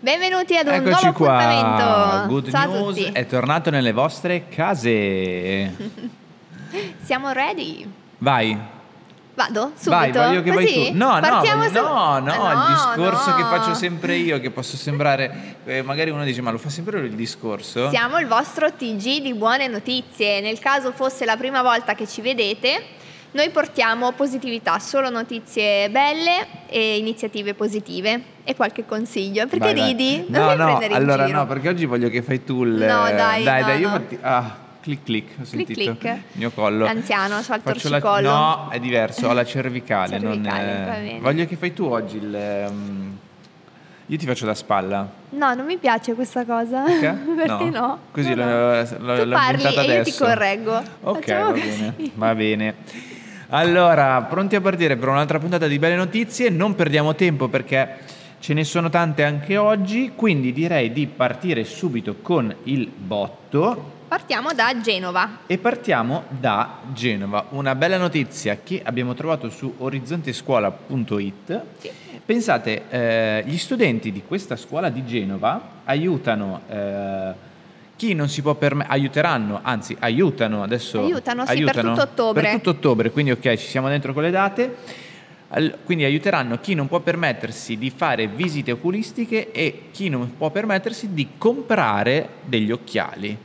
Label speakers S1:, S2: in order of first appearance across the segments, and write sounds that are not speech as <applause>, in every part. S1: Benvenuti ad un
S2: Eccoci
S1: nuovo
S2: qua.
S1: appuntamento.
S2: Good
S1: Ciao
S2: News
S1: a tutti.
S2: è tornato nelle vostre case. Eh.
S1: Siamo ready.
S2: Vai.
S1: Vado subito.
S2: Vai, voglio che
S1: Così?
S2: vai tu. No,
S1: Partiamo
S2: no,
S1: su-
S2: no, no,
S1: Ah,
S2: il discorso
S1: no.
S2: che faccio sempre io, che posso sembrare, eh, magari uno dice, ma lo fa sempre lui il discorso?
S1: Siamo il vostro TG di buone notizie. Nel caso fosse la prima volta che ci vedete, noi portiamo positività, solo notizie belle e iniziative positive e qualche consiglio. Perché
S2: Vai, vai.
S1: ridi?
S2: No,
S1: mi
S2: no,
S1: prendere in
S2: allora
S1: giro.
S2: no, perché oggi voglio che fai tu il...
S1: No, dai,
S2: dai,
S1: no,
S2: dio io
S1: no.
S2: fatti- Ah, click click, ho sentito
S1: click.
S2: il mio collo.
S1: Anziano, c'ho il
S2: Faccio la-
S1: torcicollo.
S2: No, è diverso, ho la
S1: <laughs>
S2: cervicale. non,
S1: Cervicale,
S2: eh,
S1: va bene.
S2: Voglio che fai tu oggi il... ehm, Io ti faccio da spalla.
S1: No, non mi piace questa cosa.
S2: Perché?
S1: <laughs> Perché no?
S2: No. Così
S1: No,
S2: l'ho-
S1: no.
S2: l'ho-
S1: Tu
S2: l'ho
S1: parli
S2: inventata
S1: e io ti
S2: adesso.
S1: correggo.
S2: Ok,
S1: Facciamo
S2: va
S1: così.
S2: bene, va bene. Allora, pronti a partire per un'altra puntata di Belle Notizie? Non perdiamo tempo perché ce ne sono tante anche oggi, quindi direi di partire subito con il botto
S1: Partiamo da Genova.
S2: e partiamo da Genova. Una bella notizia che abbiamo trovato su orizzontescuola.it. Pensate, eh, gli studenti di questa scuola di Genova aiutano eh, chi non si può permettere, aiuteranno, anzi aiutano adesso.
S1: Aiutano, sì, per tutto ottobre.
S2: Per tutto ottobre, quindi ok, ci siamo dentro con le date. Al- Quindi aiuteranno chi non può permettersi di fare visite oculistiche e chi non può permettersi di comprare degli occhiali.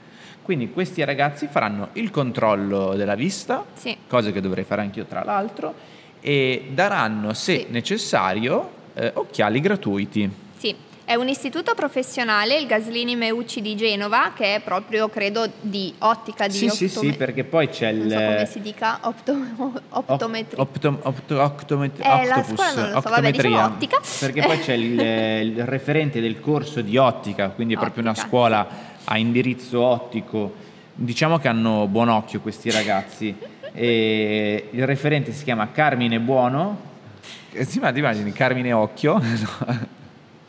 S2: Quindi questi ragazzi faranno il controllo della vista,
S1: Sì.
S2: cosa che dovrei fare anch'io tra l'altro, e daranno,
S1: Sì.
S2: se necessario, eh, occhiali gratuiti.
S1: Sì, è un istituto professionale, il Gaslini Meucci di Genova, che è proprio, credo, di ottica, di
S2: sì, sì, sì,
S1: optome-
S2: perché poi c'è il...
S1: Non so come si dica, opto- <laughs>
S2: Op-
S1: optometri.
S2: optom- opto- octomet-
S1: Eh, la
S2: octopus,
S1: scuola non lo so, vabbè,
S2: octometria.
S1: diciamo ottica.
S2: Perché poi c'è il, il referente del corso di ottica, quindi è proprio una
S1: Ottica,
S2: scuola a indirizzo ottico. Diciamo che hanno buon occhio questi ragazzi. E il referente si chiama Carmine Buono. Eh, Sì, ma ti immagini Carmine Occhio? <laughs> No.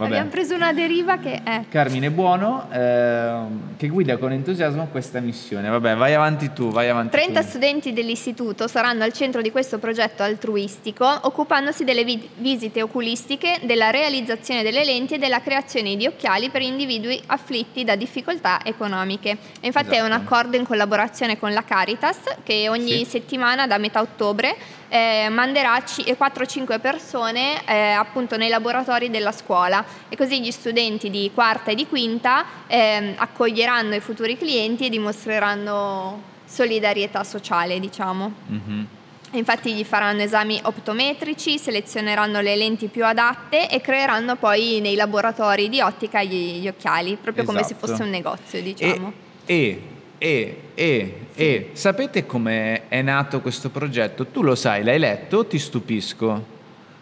S1: Abbiamo preso una deriva che è...
S2: Carmine Buono ehm, che guida con entusiasmo questa missione. Vabbè, vai avanti tu, vai avanti.
S1: 30
S2: tu.
S1: studenti dell'istituto saranno al centro di questo progetto altruistico, occupandosi delle vi- visite oculistiche, della realizzazione delle lenti e della creazione di occhiali per individui afflitti da difficoltà economiche. E infatti è un
S2: Esatto.
S1: accordo in collaborazione con la Caritas che ogni
S2: Sì.
S1: settimana da metà ottobre eh, manderà ci- 4-5 persone eh, appunto nei laboratori della scuola e così gli studenti di quarta e di quinta ehm, accoglieranno i futuri clienti e dimostreranno solidarietà sociale, diciamo.
S2: Mhm.
S1: E Infatti gli faranno esami optometrici, selezioneranno le lenti più adatte e creeranno poi nei laboratori di ottica gli, gli occhiali, proprio come se
S2: Esatto.
S1: fosse un negozio,
S2: E,
S1: diciamo.
S2: e, e, e, e, sapete come è nato questo progetto? Tu lo sai, l'hai letto? Ti stupisco.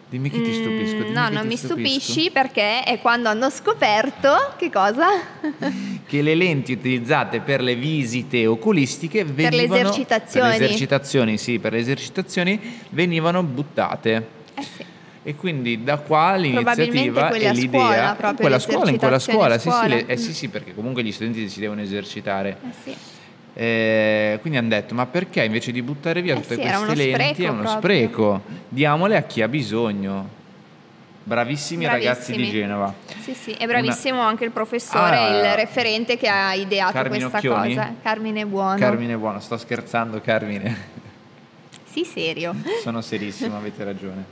S2: Dimmi che ti
S1: Mm,
S2: stupisco. dimmi
S1: no,
S2: che
S1: non
S2: ti
S1: mi
S2: stupisco.
S1: stupisci perché è quando hanno scoperto che cosa?
S2: <laughs>
S1: Eh
S2: Che le lenti utilizzate per le visite oculistiche venivano...
S1: le esercitazioni.
S2: Per le esercitazioni, sì, per le esercitazioni venivano buttate.
S1: Eh sì.
S2: E quindi da qua
S1: Probabilmente
S2: l'iniziativa
S1: quella
S2: e l'idea...
S1: scuola, proprio,
S2: quella scuola, in quella
S1: l'esercitazione
S2: scuola. Sì, sì, le-
S1: scuola.
S2: eh, sì, sì, perché comunque gli studenti si devono esercitare.
S1: Eh sì.
S2: Eh, quindi hanno detto: ma perché invece di buttare via
S1: Eh
S2: tutte
S1: sì, era
S2: queste
S1: uno
S2: lenti è
S1: spreco
S2: uno
S1: proprio.
S2: spreco? Diamole a chi ha bisogno. Bravissimi, ragazzi di
S1: Bravissimi.
S2: Genova.
S1: Sì, sì, è bravissimo anche il professore,
S2: Ah,
S1: il referente che ha ideato
S2: Carmine
S1: questa
S2: Occhioni?
S1: cosa. Carmine Buono.
S2: Carmine Buono, sto scherzando, Carmine.
S1: <laughs> Sì, serio.
S2: Sono serissimo, avete ragione.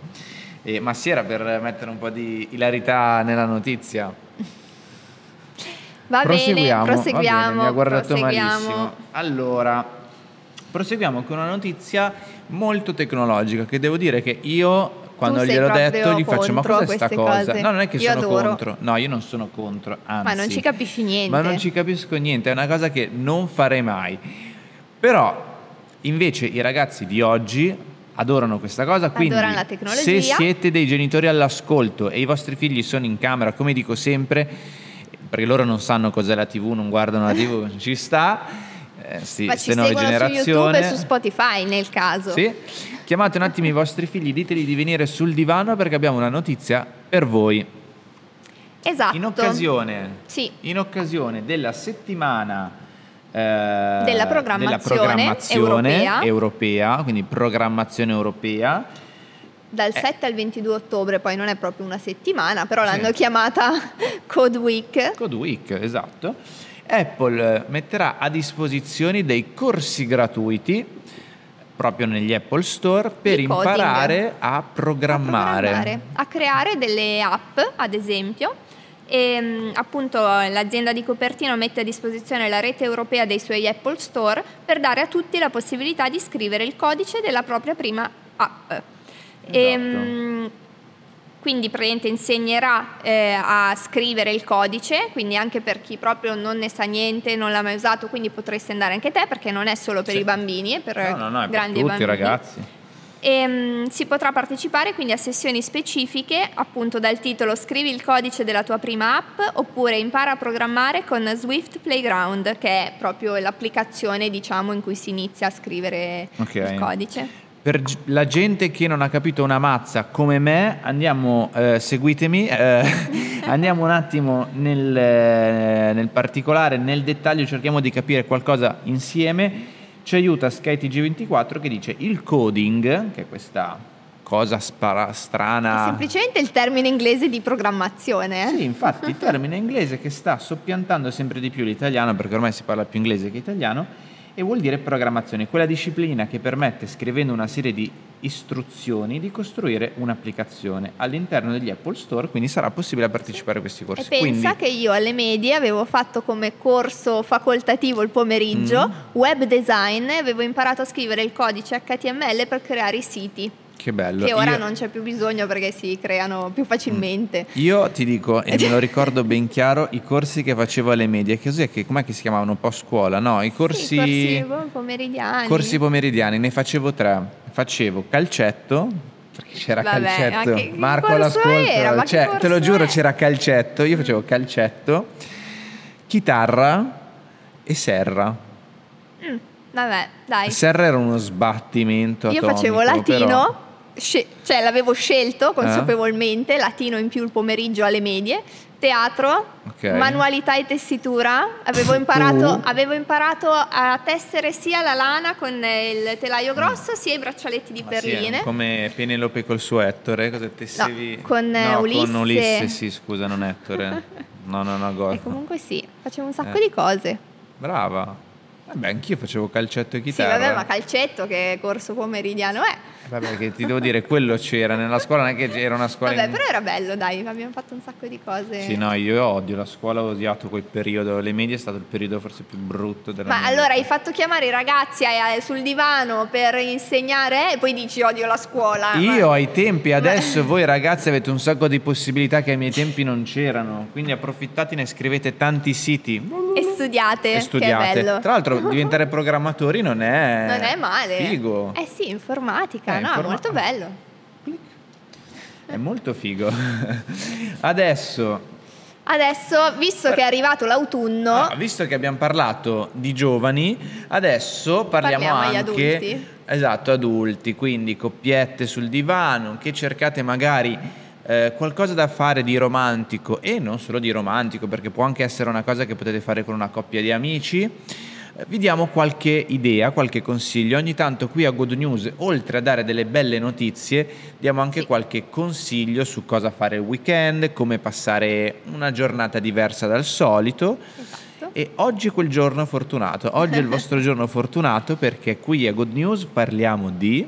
S2: Eh, ma si era per mettere un po' di ilarità nella notizia.
S1: Va bene,
S2: proseguiamo. va bene,
S1: proseguiamo.
S2: mi ha guardato
S1: proseguiamo.
S2: malissimo. Allora, proseguiamo con una notizia molto tecnologica che devo dire che io quando
S1: sei
S2: gliel'ho
S1: proprio
S2: detto gli faccio ma
S1: contro
S2: cos'è sta
S1: queste
S2: cosa?
S1: cose.
S2: No, non è che
S1: Io
S2: sono
S1: adoro.
S2: contro. No, io non sono contro, anzi.
S1: Ma non ci capisci niente.
S2: Ma non ci capisco niente, è una cosa che non farei mai. Però invece i ragazzi di oggi adorano questa cosa, quindi
S1: Adorano la tecnologia.
S2: se siete dei genitori all'ascolto e i vostri figli sono in camera, come dico sempre, perché loro non sanno cos'è la TV, non guardano la
S1: <laughs>
S2: TV, ci sta. eh, sì,
S1: Ma
S2: se
S1: ci
S2: no è
S1: seguono su YouTube
S2: generazione.
S1: e su Spotify nel caso.
S2: Sì. Chiamate un attimo i vostri figli, diteli di venire sul divano perché abbiamo una notizia per voi.
S1: Esatto.
S2: In occasione
S1: Sì.
S2: in occasione della settimana eh,
S1: Della programmazione
S2: della programmazione
S1: europea.
S2: europea, quindi programmazione europea,
S1: dal
S2: Eh.
S1: 7 al 22 ottobre, poi non è proprio una settimana, però
S2: Sì.
S1: l'hanno chiamata <laughs> Code Week.
S2: Code Week, esatto. Apple metterà a disposizione dei corsi gratuiti proprio negli Apple Store per
S1: Di coding.
S2: imparare a
S1: a
S2: programmare.
S1: programmare, a creare delle app, ad esempio. E, mh, appunto l'azienda di Copertino mette a disposizione la rete europea dei suoi Apple Store per dare a tutti la possibilità di scrivere il codice della propria prima app. E,
S2: Esatto.
S1: mh, quindi praticamente insegnerà eh, a scrivere il codice, quindi anche per chi proprio non ne sa niente, non l'ha mai usato, quindi potresti andare anche te perché non è solo per
S2: Sì.
S1: i bambini, è per
S2: No, no, no, è per
S1: grandi e
S2: tutti
S1: bambini.
S2: ragazzi.
S1: E, mm, si potrà partecipare quindi a sessioni specifiche, appunto dal titolo Scrivi il codice della tua prima app oppure impara a programmare con Swift Playground, che è proprio l'applicazione diciamo in cui si inizia a scrivere
S2: Ok.
S1: il codice.
S2: Per g- la gente che non ha capito una mazza come me, andiamo, eh, seguitemi, eh, <laughs> andiamo un attimo nel, eh, nel particolare, nel dettaglio, cerchiamo di capire qualcosa insieme. Ci aiuta SkyTG24 che dice il coding, che è questa cosa spara-
S1: È
S2: strana.
S1: semplicemente il termine inglese di programmazione. eh.
S2: Ah. Sì, infatti, termine inglese che sta soppiantando sempre di più l'italiano, perché ormai si parla più inglese che italiano, e vuol dire programmazione, quella disciplina che permette, scrivendo una serie di istruzioni, di costruire un'applicazione all'interno degli Apple Store, quindi sarà possibile partecipare a questi corsi.
S1: E pensa
S2: Quindi-
S1: che io alle medie avevo fatto come corso facoltativo il pomeriggio
S2: Mm.
S1: web design e avevo imparato a scrivere il codice HTML per creare i siti,
S2: che bello.
S1: che ora
S2: Io-
S1: non c'è più bisogno perché si creano più facilmente.
S2: Mm. Io ti dico, e me lo ricordo ben chiaro, i corsi che facevo alle medie, che cos'è che, com'è che si chiamavano? Un po' scuola, no? I corsi...
S1: Sì, corsi boh, pomeridiani.
S2: Corsi pomeridiani, ne facevo tre. Facevo calcetto, perché c'era
S1: Vabbè, ma
S2: calcetto.
S1: che- che
S2: Marco
S1: corso
S2: all'ascolto,
S1: era? Ma che
S2: cioè, te lo
S1: corso
S2: giuro
S1: è?
S2: c'era calcetto, io facevo calcetto, chitarra e serra.
S1: Mm, vabbè, dai.
S2: Serra era uno sbattimento
S1: Io
S2: atomico,
S1: facevo latino,
S2: però- Eh?
S1: sce- cioè l'avevo scelto consapevolmente, latino in più il pomeriggio alle medie, teatro,
S2: Ok. Uh.
S1: manualità e tessitura. Avevo
S2: Tu?
S1: imparato, avevo imparato a tessere sia la lana con eh, il telaio grosso, sia i braccialetti di
S2: Mm. Ma sì,
S1: perline.
S2: come Penelope col suo Ettore, eh, cosa tessevi?
S1: No, con, eh,
S2: No,
S1: Ulisse.
S2: Con Ulisse, sì, scusa,
S1: <laughs>
S2: non Ettore. No, no, no,
S1: e
S2: Gorgo.
S1: comunque sì, facevo un sacco
S2: Eh.
S1: di cose.
S2: Brava. Vabbè, anch'io facevo calcetto e
S1: Sì,
S2: chitarra.
S1: vabbè, ma calcetto che corso pomeridiano è.
S2: Vabbè, che ti devo dire, quello c'era nella scuola, non è che c'era una scuola...
S1: Vabbè,
S2: in-
S1: però era bello, dai, abbiamo fatto un sacco di cose.
S2: Sì, no, io odio la scuola, ho odiato quel periodo, le medie è stato il periodo forse più brutto della
S1: Ma
S2: mia
S1: allora hai
S2: vita.
S1: fatto chiamare i ragazzi eh, sul divano per insegnare eh, e poi dici odio la scuola. ma-
S2: Io ai tempi, adesso voi ragazzi avete un sacco di possibilità che ai miei tempi non c'erano, quindi approfittatene, scrivete tanti siti
S1: E studiate,
S2: e studiate.
S1: che è bello. <laughs>
S2: Tra l'altro diventare programmatori non è...
S1: non è male.
S2: Figo.
S1: Eh sì, informatica,
S2: Eh,
S1: no,
S2: informa-
S1: molto bello.
S2: È molto figo. <laughs> adesso...
S1: Adesso, visto che è arrivato l'autunno,
S2: Ah, visto che abbiamo parlato di giovani, adesso parliamo,
S1: Parliamo agli
S2: anche
S1: adulti.
S2: Esatto, adulti, quindi coppiette sul divano, che cercate magari eh, qualcosa da fare di romantico e non solo di romantico, perché può anche essere una cosa che potete fare con una coppia di amici. Eh, Vi diamo qualche idea, qualche consiglio. Ogni tanto qui a Good News, oltre a dare delle belle notizie, diamo anche
S1: Sì.
S2: qualche consiglio su cosa fare il weekend, come passare una giornata diversa dal solito.
S1: esatto.
S2: E oggi è quel giorno fortunato, oggi è il vostro giorno fortunato perché qui a Good News parliamo di...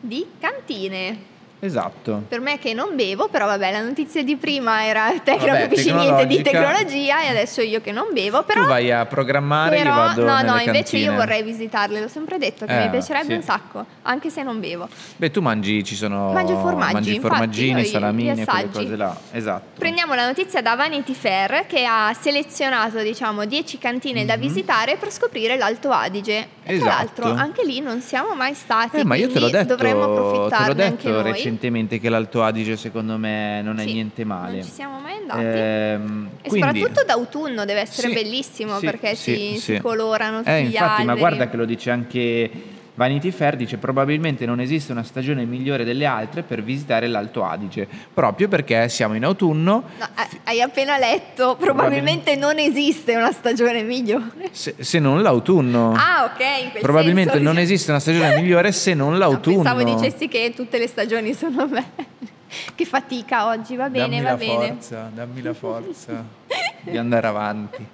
S1: di cantine.
S2: Esatto.
S1: Per me che non bevo, però vabbè, la notizia di prima era te che non
S2: Vabbè,
S1: capisci <laughs> niente di
S2: tecnologica.
S1: tecnologia e adesso io che non bevo, però
S2: tu vai a programmare,
S1: Però,
S2: io vado
S1: no,
S2: nelle
S1: no, invece
S2: cantine.
S1: io vorrei visitarle, l'ho sempre detto che
S2: Eh,
S1: mi piacerebbe
S2: sì.
S1: un sacco, anche se non bevo.
S2: Beh, tu mangi, ci sono...
S1: Mangio formaggi,
S2: mangi
S1: infatti,
S2: formaggini,
S1: io i-
S2: salamini
S1: gli
S2: e quelle
S1: assaggi.
S2: cose là. Esatto.
S1: Prendiamo la notizia da Vanity Fair che ha selezionato, diciamo, 10 cantine da
S2: Mhm.
S1: visitare per scoprire l'Alto Adige. E
S2: Esatto.
S1: tra l'altro, anche lì non siamo mai stati,
S2: Eh, ma io te l'ho
S1: quindi
S2: detto,
S1: dovremmo
S2: te l'ho
S1: approfittarne anche
S2: detto
S1: noi.
S2: recentemente che l'Alto Adige secondo me non è
S1: Sì,
S2: niente male.
S1: Non ci siamo mai andati.
S2: Ehm,
S1: e
S2: quindi-
S1: soprattutto d'autunno deve essere
S2: Sì,
S1: bellissimo
S2: sì,
S1: perché
S2: sì,
S1: si,
S2: sì.
S1: si colorano tutti
S2: Eh,
S1: gli
S2: infatti, ma
S1: alberi.
S2: guarda che lo dice anche Vanity Fair dice probabilmente non esiste una stagione migliore delle altre per visitare l'Alto Adige, proprio perché siamo in autunno.
S1: No, eh, hai appena letto, probabilmente non esiste una stagione migliore.
S2: Se, se non l'autunno.
S1: Ah, ok. In quel
S2: probabilmente
S1: senso. diciamo.
S2: non esiste una
S1: <laughs>
S2: stagione migliore se non l'autunno.
S1: No, pensavo dicessi che tutte le stagioni sono belle. <laughs> Che fatica oggi, va bene,
S2: dammi
S1: va
S2: la
S1: bene.
S2: forza, dammi la forza
S1: <laughs>
S2: di andare avanti.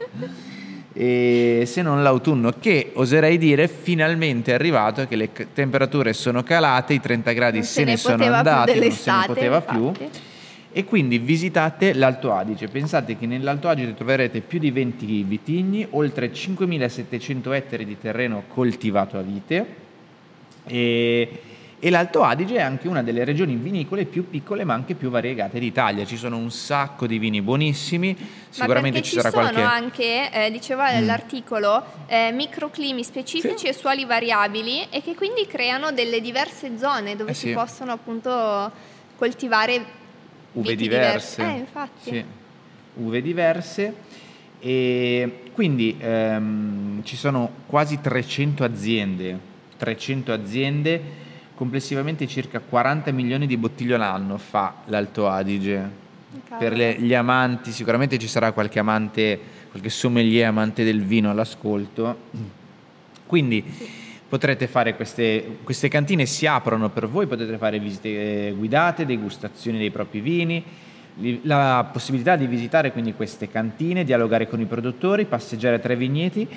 S2: E se non l'autunno, che oserei dire finalmente è arrivato, che le c- temperature sono calate, i 30 gradi
S1: Non
S2: se,
S1: se ne
S2: sono
S1: poteva più
S2: andati, non se ne
S1: dell'estate,
S2: poteva più.
S1: infatti.
S2: E quindi visitate l'Alto Adige. Pensate che nell'Alto Adige troverete più di 20 vitigni, oltre 5.700 ettari di terreno coltivato a vite. E, e l'Alto Adige è anche una delle regioni vinicole più piccole ma anche più variegate d'Italia. Ci sono un sacco di vini buonissimi, sicuramente
S1: Ma perché
S2: ci sarà
S1: sono
S2: qualche...
S1: anche, eh, diceva
S2: Mm.
S1: l'articolo, eh, microclimi specifici
S2: Sì.
S1: e suoli variabili e che quindi creano delle diverse zone dove
S2: Eh
S1: si
S2: sì.
S1: possono appunto coltivare
S2: uve
S1: viti
S2: diverse.
S1: diversi. Eh, infatti.
S2: Sì, uve diverse. E quindi ehm, ci sono quasi 300 aziende, 300 aziende, complessivamente circa 40 milioni di bottiglie l'anno fa l'Alto Adige. Per
S1: Cavolo.
S2: le- gli amanti, sicuramente ci sarà qualche amante, qualche sommelier amante del vino all'ascolto. Quindi potrete fare queste, queste cantine, si aprono per voi, potete fare visite eh, guidate, degustazioni dei propri vini, li- la possibilità di visitare quindi queste cantine, dialogare con i produttori, passeggiare tra i vigneti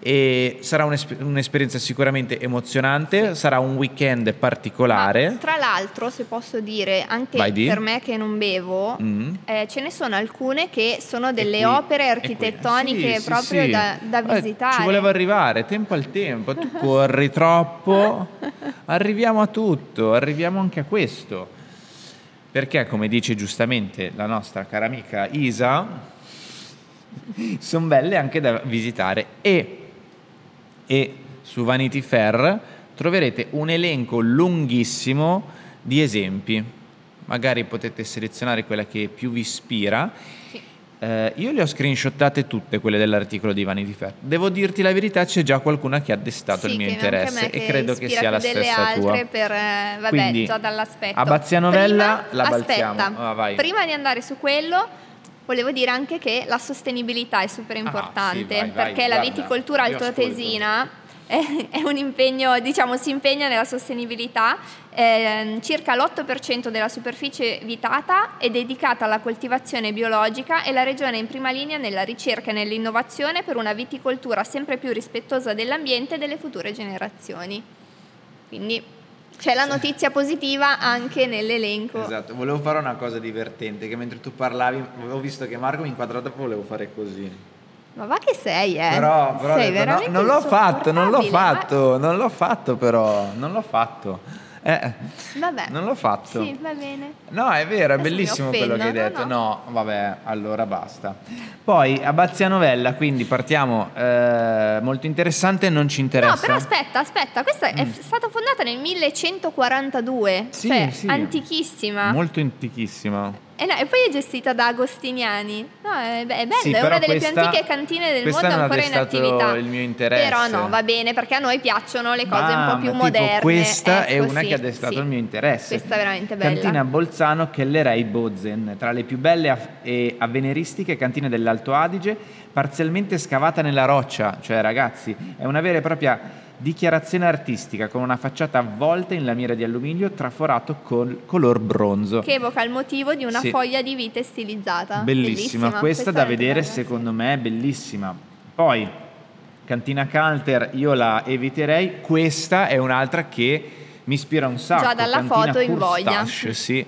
S2: e sarà un'esper- un'esperienza sicuramente emozionante, sarà un weekend particolare.
S1: Ma, tra l'altro, se posso dire, anche
S2: Vai di.
S1: per me che non bevo,
S2: Mm.
S1: eh, ce ne sono alcune che sono delle
S2: E qui-
S1: opere
S2: e qui-
S1: architettoniche
S2: Sì, sì,
S1: proprio
S2: sì.
S1: da, da
S2: Guarda,
S1: visitare.
S2: Ci voleva arrivare, tempo al
S1: <laughs>
S2: tempo, tu corri troppo, arriviamo a tutto, arriviamo anche a questo. Perché, come dice giustamente la nostra cara amica Isa, sono belle anche da visitare e, e su Vanity Fair troverete un elenco lunghissimo di esempi. Magari potete selezionare quella che più vi ispira.
S1: Sì.
S2: Eh, io le ho screenshottate tutte quelle dell'articolo di Vanity Fair. Devo dirti la verità, c'è già qualcuna che ha destato
S1: Sì,
S2: il mio
S1: che anche a me
S2: interesse e
S1: che
S2: credo che
S1: ispira
S2: sia
S1: più
S2: la
S1: delle
S2: stessa
S1: altre
S2: tua.
S1: per, eh, vabbè,
S2: Quindi,
S1: già dall'aspetto.
S2: A Bazianovella
S1: Prima-
S2: la balziamo.
S1: aspetta,
S2: Ah, vai.
S1: prima di andare su quello volevo dire anche che la sostenibilità è super importante
S2: Ah, sì, vai, vai,
S1: perché la
S2: guarda,
S1: viticoltura
S2: io ascolto.
S1: altoatesina è, è un impegno, diciamo, si impegna nella sostenibilità. Ehm, circa l'8% della superficie vitata è dedicata alla coltivazione biologica e la regione è in prima linea nella ricerca e nell'innovazione per una viticoltura sempre più rispettosa dell'ambiente e delle future generazioni. Quindi c'è la notizia positiva anche nell'elenco.
S2: Esatto, volevo fare una cosa divertente, che mentre tu parlavi ho visto che Marco mi inquadrava volevo fare così.
S1: Ma va che sei, eh?
S2: Però, però ho
S1: sei
S2: detto, no,
S1: veramente
S2: non l'ho fatto, non l'ho
S1: insopportabile,
S2: fatto, non l'ho fatto però, non l'ho fatto. Eh,
S1: ma- Ah, Vabbè.
S2: non l'ho fatto.
S1: Sì, va bene.
S2: No, è vero,
S1: Adesso
S2: è
S1: mi
S2: bellissimo quello che hai
S1: offendo,
S2: detto.
S1: no,
S2: No, vabbè, allora basta. Poi a Bazianovella, quindi partiamo. eh, molto interessante, non ci interessa. Mm.
S1: No, però aspetta, aspetta, questa è f- stata fondata nel 1142,
S2: Sì,
S1: cioè
S2: sì.
S1: antichissima.
S2: Molto antichissima.
S1: e, no, e poi è gestita da Agostiniani. No, è, be- è bella,
S2: Sì,
S1: è
S2: però
S1: una delle più
S2: questa-
S1: antiche cantine del
S2: questa
S1: mondo
S2: non ha
S1: ancora in
S2: destato
S1: attività.
S2: il mio interesse.
S1: Però no, va bene, perché a noi piacciono le cose un
S2: Ah,
S1: po' più
S2: ma tipo
S1: moderne.
S2: Questa è
S1: ecco,
S2: una
S1: sì,
S2: che ha destato
S1: sì.
S2: il mio interesse.
S1: Questa è veramente bella.
S2: Cantina Bolzano Kellerei Bozen, tra le più belle aff- e avveniristiche cantine dell'Alto Adige, parzialmente scavata nella roccia, cioè ragazzi, è una vera e propria dichiarazione artistica con una facciata avvolta in lamiera di alluminio traforato col color bronzo.
S1: Che evoca il motivo di una
S2: Sì.
S1: foglia di vite stilizzata.
S2: Bellissima, questa, da
S1: veramente
S2: vedere
S1: bella, sì.
S2: secondo me è bellissima. Poi Cantina Canter io la eviterei, questa è un'altra che mi ispira un sacco.
S1: Già dalla
S2: Cantina
S1: foto invoglia.
S2: Courstache, sì.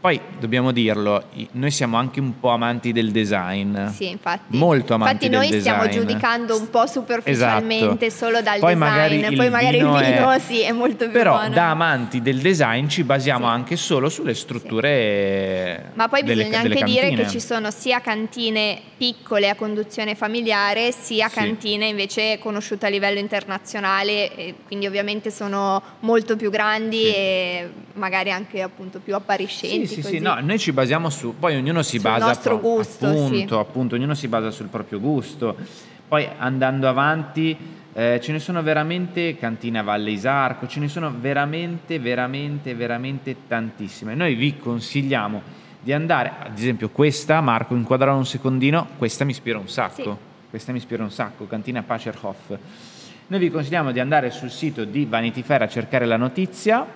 S2: Poi dobbiamo dirlo, i- noi siamo anche un po' amanti del design.
S1: Sì, infatti.
S2: Eh. Molto amanti
S1: Infatti
S2: del
S1: noi
S2: design.
S1: stiamo giudicando un po' superficialmente
S2: Esatto.
S1: solo dal
S2: Poi
S1: design,
S2: magari
S1: poi
S2: il
S1: magari
S2: vino
S1: il
S2: è-
S1: vino sì è molto più
S2: Però
S1: buono.
S2: da amanti del design ci basiamo
S1: Sì.
S2: anche solo sulle strutture.
S1: Ma poi
S2: delle-
S1: bisogna
S2: delle
S1: anche dire che
S2: cantine.
S1: ci sono sia cantine piccole a conduzione familiare, sia
S2: Sì.
S1: cantine invece conosciute a livello internazionale, e quindi ovviamente sono molto più grandi
S2: Sì.
S1: e magari anche appunto più appariscenti.
S2: Sì, sì,
S1: così.
S2: sì, no, noi ci basiamo su, poi ognuno si
S1: Sul
S2: basa
S1: nostro
S2: pro-
S1: gusto,
S2: appunto,
S1: sì.
S2: appunto, ognuno si basa sul proprio gusto. Poi andando avanti Eh, ce ne sono veramente Cantina Valle Isarco, ce ne sono veramente, veramente, veramente tantissime. Noi vi consigliamo di andare, ad esempio questa, Marco, inquadrala un secondino, questa mi ispira un sacco,
S1: Sì.
S2: questa mi ispira un sacco, Cantina Pacherhoff. Noi vi consigliamo di andare sul sito di Vanity Fair a cercare la notizia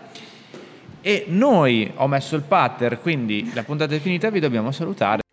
S2: e noi ho messo il patter, quindi la puntata è finita, vi dobbiamo salutare.